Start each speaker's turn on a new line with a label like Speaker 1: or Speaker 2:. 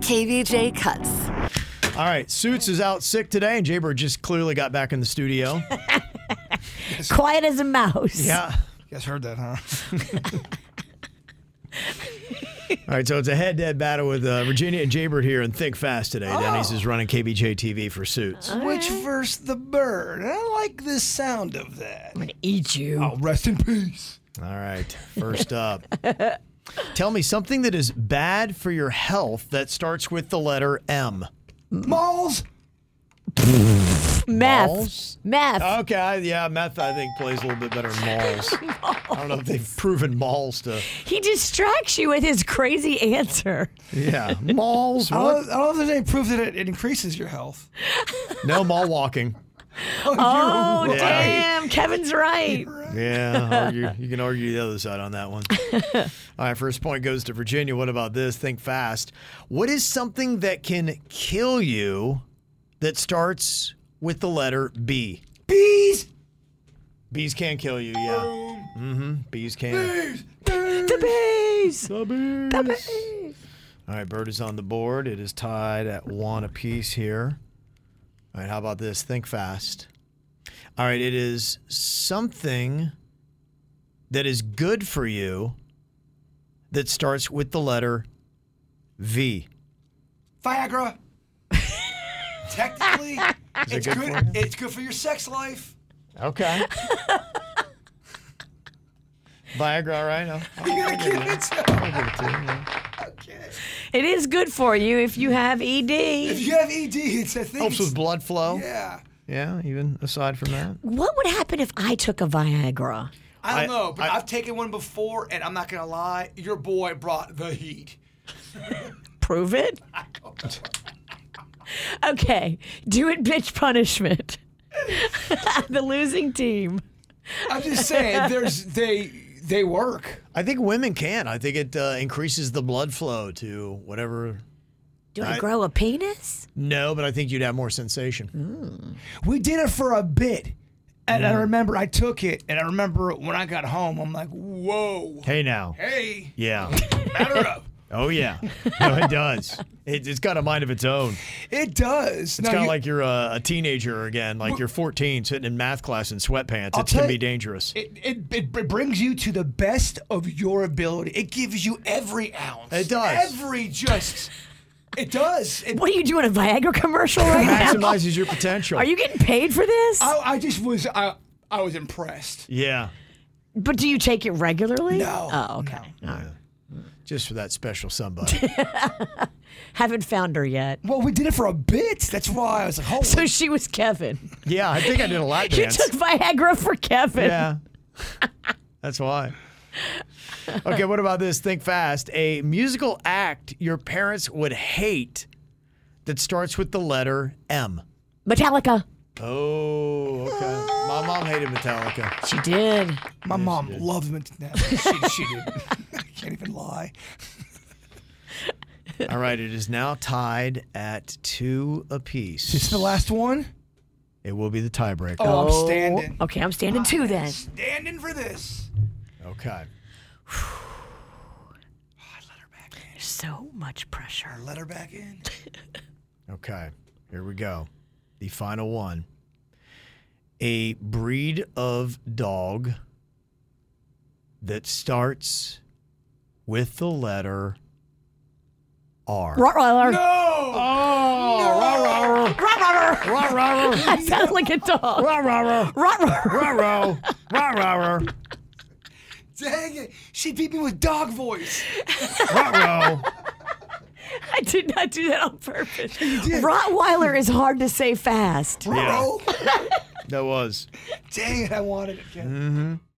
Speaker 1: KVJ cuts.
Speaker 2: All right, Suits is out sick today, and Jaybird just clearly got back in the studio.
Speaker 1: Quiet as a mouse.
Speaker 2: yeah.
Speaker 3: You guys heard that, huh?
Speaker 2: All right, so it's a head-to-head battle with uh, Virginia and Jaybird here, and think fast today. Denny's is running KBJ TV for Suits.
Speaker 3: Which verse the bird? I like the sound of that.
Speaker 1: I'm gonna eat you.
Speaker 3: Oh, rest in peace.
Speaker 2: All right, first up. Tell me something that is bad for your health that starts with the letter M. Mm.
Speaker 3: Malls.
Speaker 1: Meth.
Speaker 2: Balls?
Speaker 1: Meth.
Speaker 2: Okay, yeah, meth I think plays a little bit better than malls. I don't know if they've proven malls to.
Speaker 1: he distracts you with his crazy answer.
Speaker 2: Yeah, malls.
Speaker 3: I
Speaker 2: What?
Speaker 3: don't I don't know if there's any proof that it, it increases your health.
Speaker 2: No mall walking.
Speaker 3: Oh,
Speaker 1: Oh,
Speaker 3: you're right.
Speaker 1: damn. Kevin's right.
Speaker 2: Yeah, argue, you can argue the other side on that one. All right, first point goes to Virginia. What about this? Think fast. What is something that can kill you that starts with the letter B?
Speaker 3: Bees.
Speaker 2: Bees can kill you, yeah. Mm-hmm. Bees can.
Speaker 3: Bees. Bees.
Speaker 1: The bees.
Speaker 2: The bees. All right, Bird is on the board. It is tied at one apiece here. All right, how about this? Think fast. All right, it is something that is good for you that starts with the letter V.
Speaker 3: Viagra. Technically, it's
Speaker 2: good
Speaker 3: good.
Speaker 2: for you?
Speaker 3: it's good for your sex life.
Speaker 2: Okay. Viagra, all right? No.
Speaker 3: You're gonna give it to- Okay.
Speaker 1: It is good for you if you have E ED.
Speaker 3: If you have ED, it's a thing.
Speaker 2: Helps with blood flow.
Speaker 3: Yeah.
Speaker 2: Yeah, even aside from that.
Speaker 1: What would happen if I took a Viagra?
Speaker 3: I
Speaker 2: I-
Speaker 3: don't know, but
Speaker 2: I-
Speaker 3: I've taken one before, and I'm not gonna lie. Your boy brought the heat.
Speaker 1: Prove it. okay. Do it, bitch punishment. the losing team.
Speaker 3: I'm just saying, there's they they work.
Speaker 2: I think women can. I think it uh, increases the blood flow to whatever.
Speaker 1: Do I
Speaker 2: Right.
Speaker 1: grow a penis?
Speaker 2: No, but I think you'd have more sensation.
Speaker 3: We did it for a bit, and I remember I took it, and I remember when I got home, I'm like, whoa,
Speaker 2: Hey now.
Speaker 3: hey,
Speaker 2: Yeah.
Speaker 3: matter up.
Speaker 2: Oh yeah. No, it does. It, it's got a mind of its own.
Speaker 3: It does.
Speaker 2: It's kind of like you're a, a teenager again. Like you're 14, sitting in math class in sweatpants.
Speaker 3: I'll
Speaker 2: it can
Speaker 3: tell
Speaker 2: be
Speaker 3: you-
Speaker 2: dangerous.
Speaker 3: It, it, it br- brings you to the best of your ability. It gives you every ounce.
Speaker 2: It does.
Speaker 3: Every just. It does. It,
Speaker 1: What are you doing? A Viagra commercial right now?
Speaker 2: Maximizes your potential.
Speaker 1: Are you getting paid for this?
Speaker 3: I, I just was. I, I was impressed.
Speaker 2: Yeah.
Speaker 1: but do you take it regularly?
Speaker 3: No.
Speaker 1: Oh, okay.
Speaker 2: Just for that special somebody.
Speaker 1: Haven't found her yet.
Speaker 3: Well, we did it for a bit. That's why I was like, holy.
Speaker 1: So she was Kevin.
Speaker 2: yeah, I think I did a lap
Speaker 1: You
Speaker 2: dance.
Speaker 1: took Viagra for Kevin.
Speaker 2: yeah. That's why. Okay, what about this? Think fast. A musical act your parents would hate that starts with the letter M.
Speaker 1: Metallica.
Speaker 2: Oh, okay. My mom hated Metallica.
Speaker 1: She did.
Speaker 3: my mom loved me. No, she, she did. I can't even lie.
Speaker 2: All right, it is now tied at two
Speaker 3: This is
Speaker 2: apiece.
Speaker 3: the last one.
Speaker 2: It will be the tiebreaker.
Speaker 3: Oh, I'm standing.
Speaker 1: Okay, I'm standing too then.
Speaker 3: Standing for this.
Speaker 2: Okay.
Speaker 1: There's so much pressure.
Speaker 3: Let her back in.
Speaker 2: Okay. Here we go. The final one. A breed of dog that starts with the letter R.
Speaker 1: Rottweiler.
Speaker 3: No.
Speaker 2: Oh,
Speaker 1: Rottweiler.
Speaker 2: rah, rah, rah, rah,
Speaker 1: I sound like a dog.
Speaker 2: rah, rah, rah,
Speaker 1: Rottweiler.
Speaker 2: rah, rah, rah, rah, rah,
Speaker 3: Dang it. She beat me with dog voice.
Speaker 2: rah, rah.
Speaker 1: I did not do that on purpose. Rottweiler is hard to say fast.
Speaker 3: Bro.
Speaker 2: That was.
Speaker 3: Dang it. I wanted it. Ken.